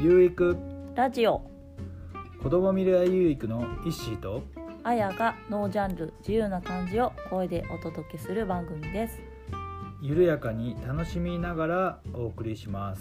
有育ラジオ子供未来有育のイッシーとあやがノージャンル自由な感じを声でお届けする番組です緩やかに楽しみながらお送りします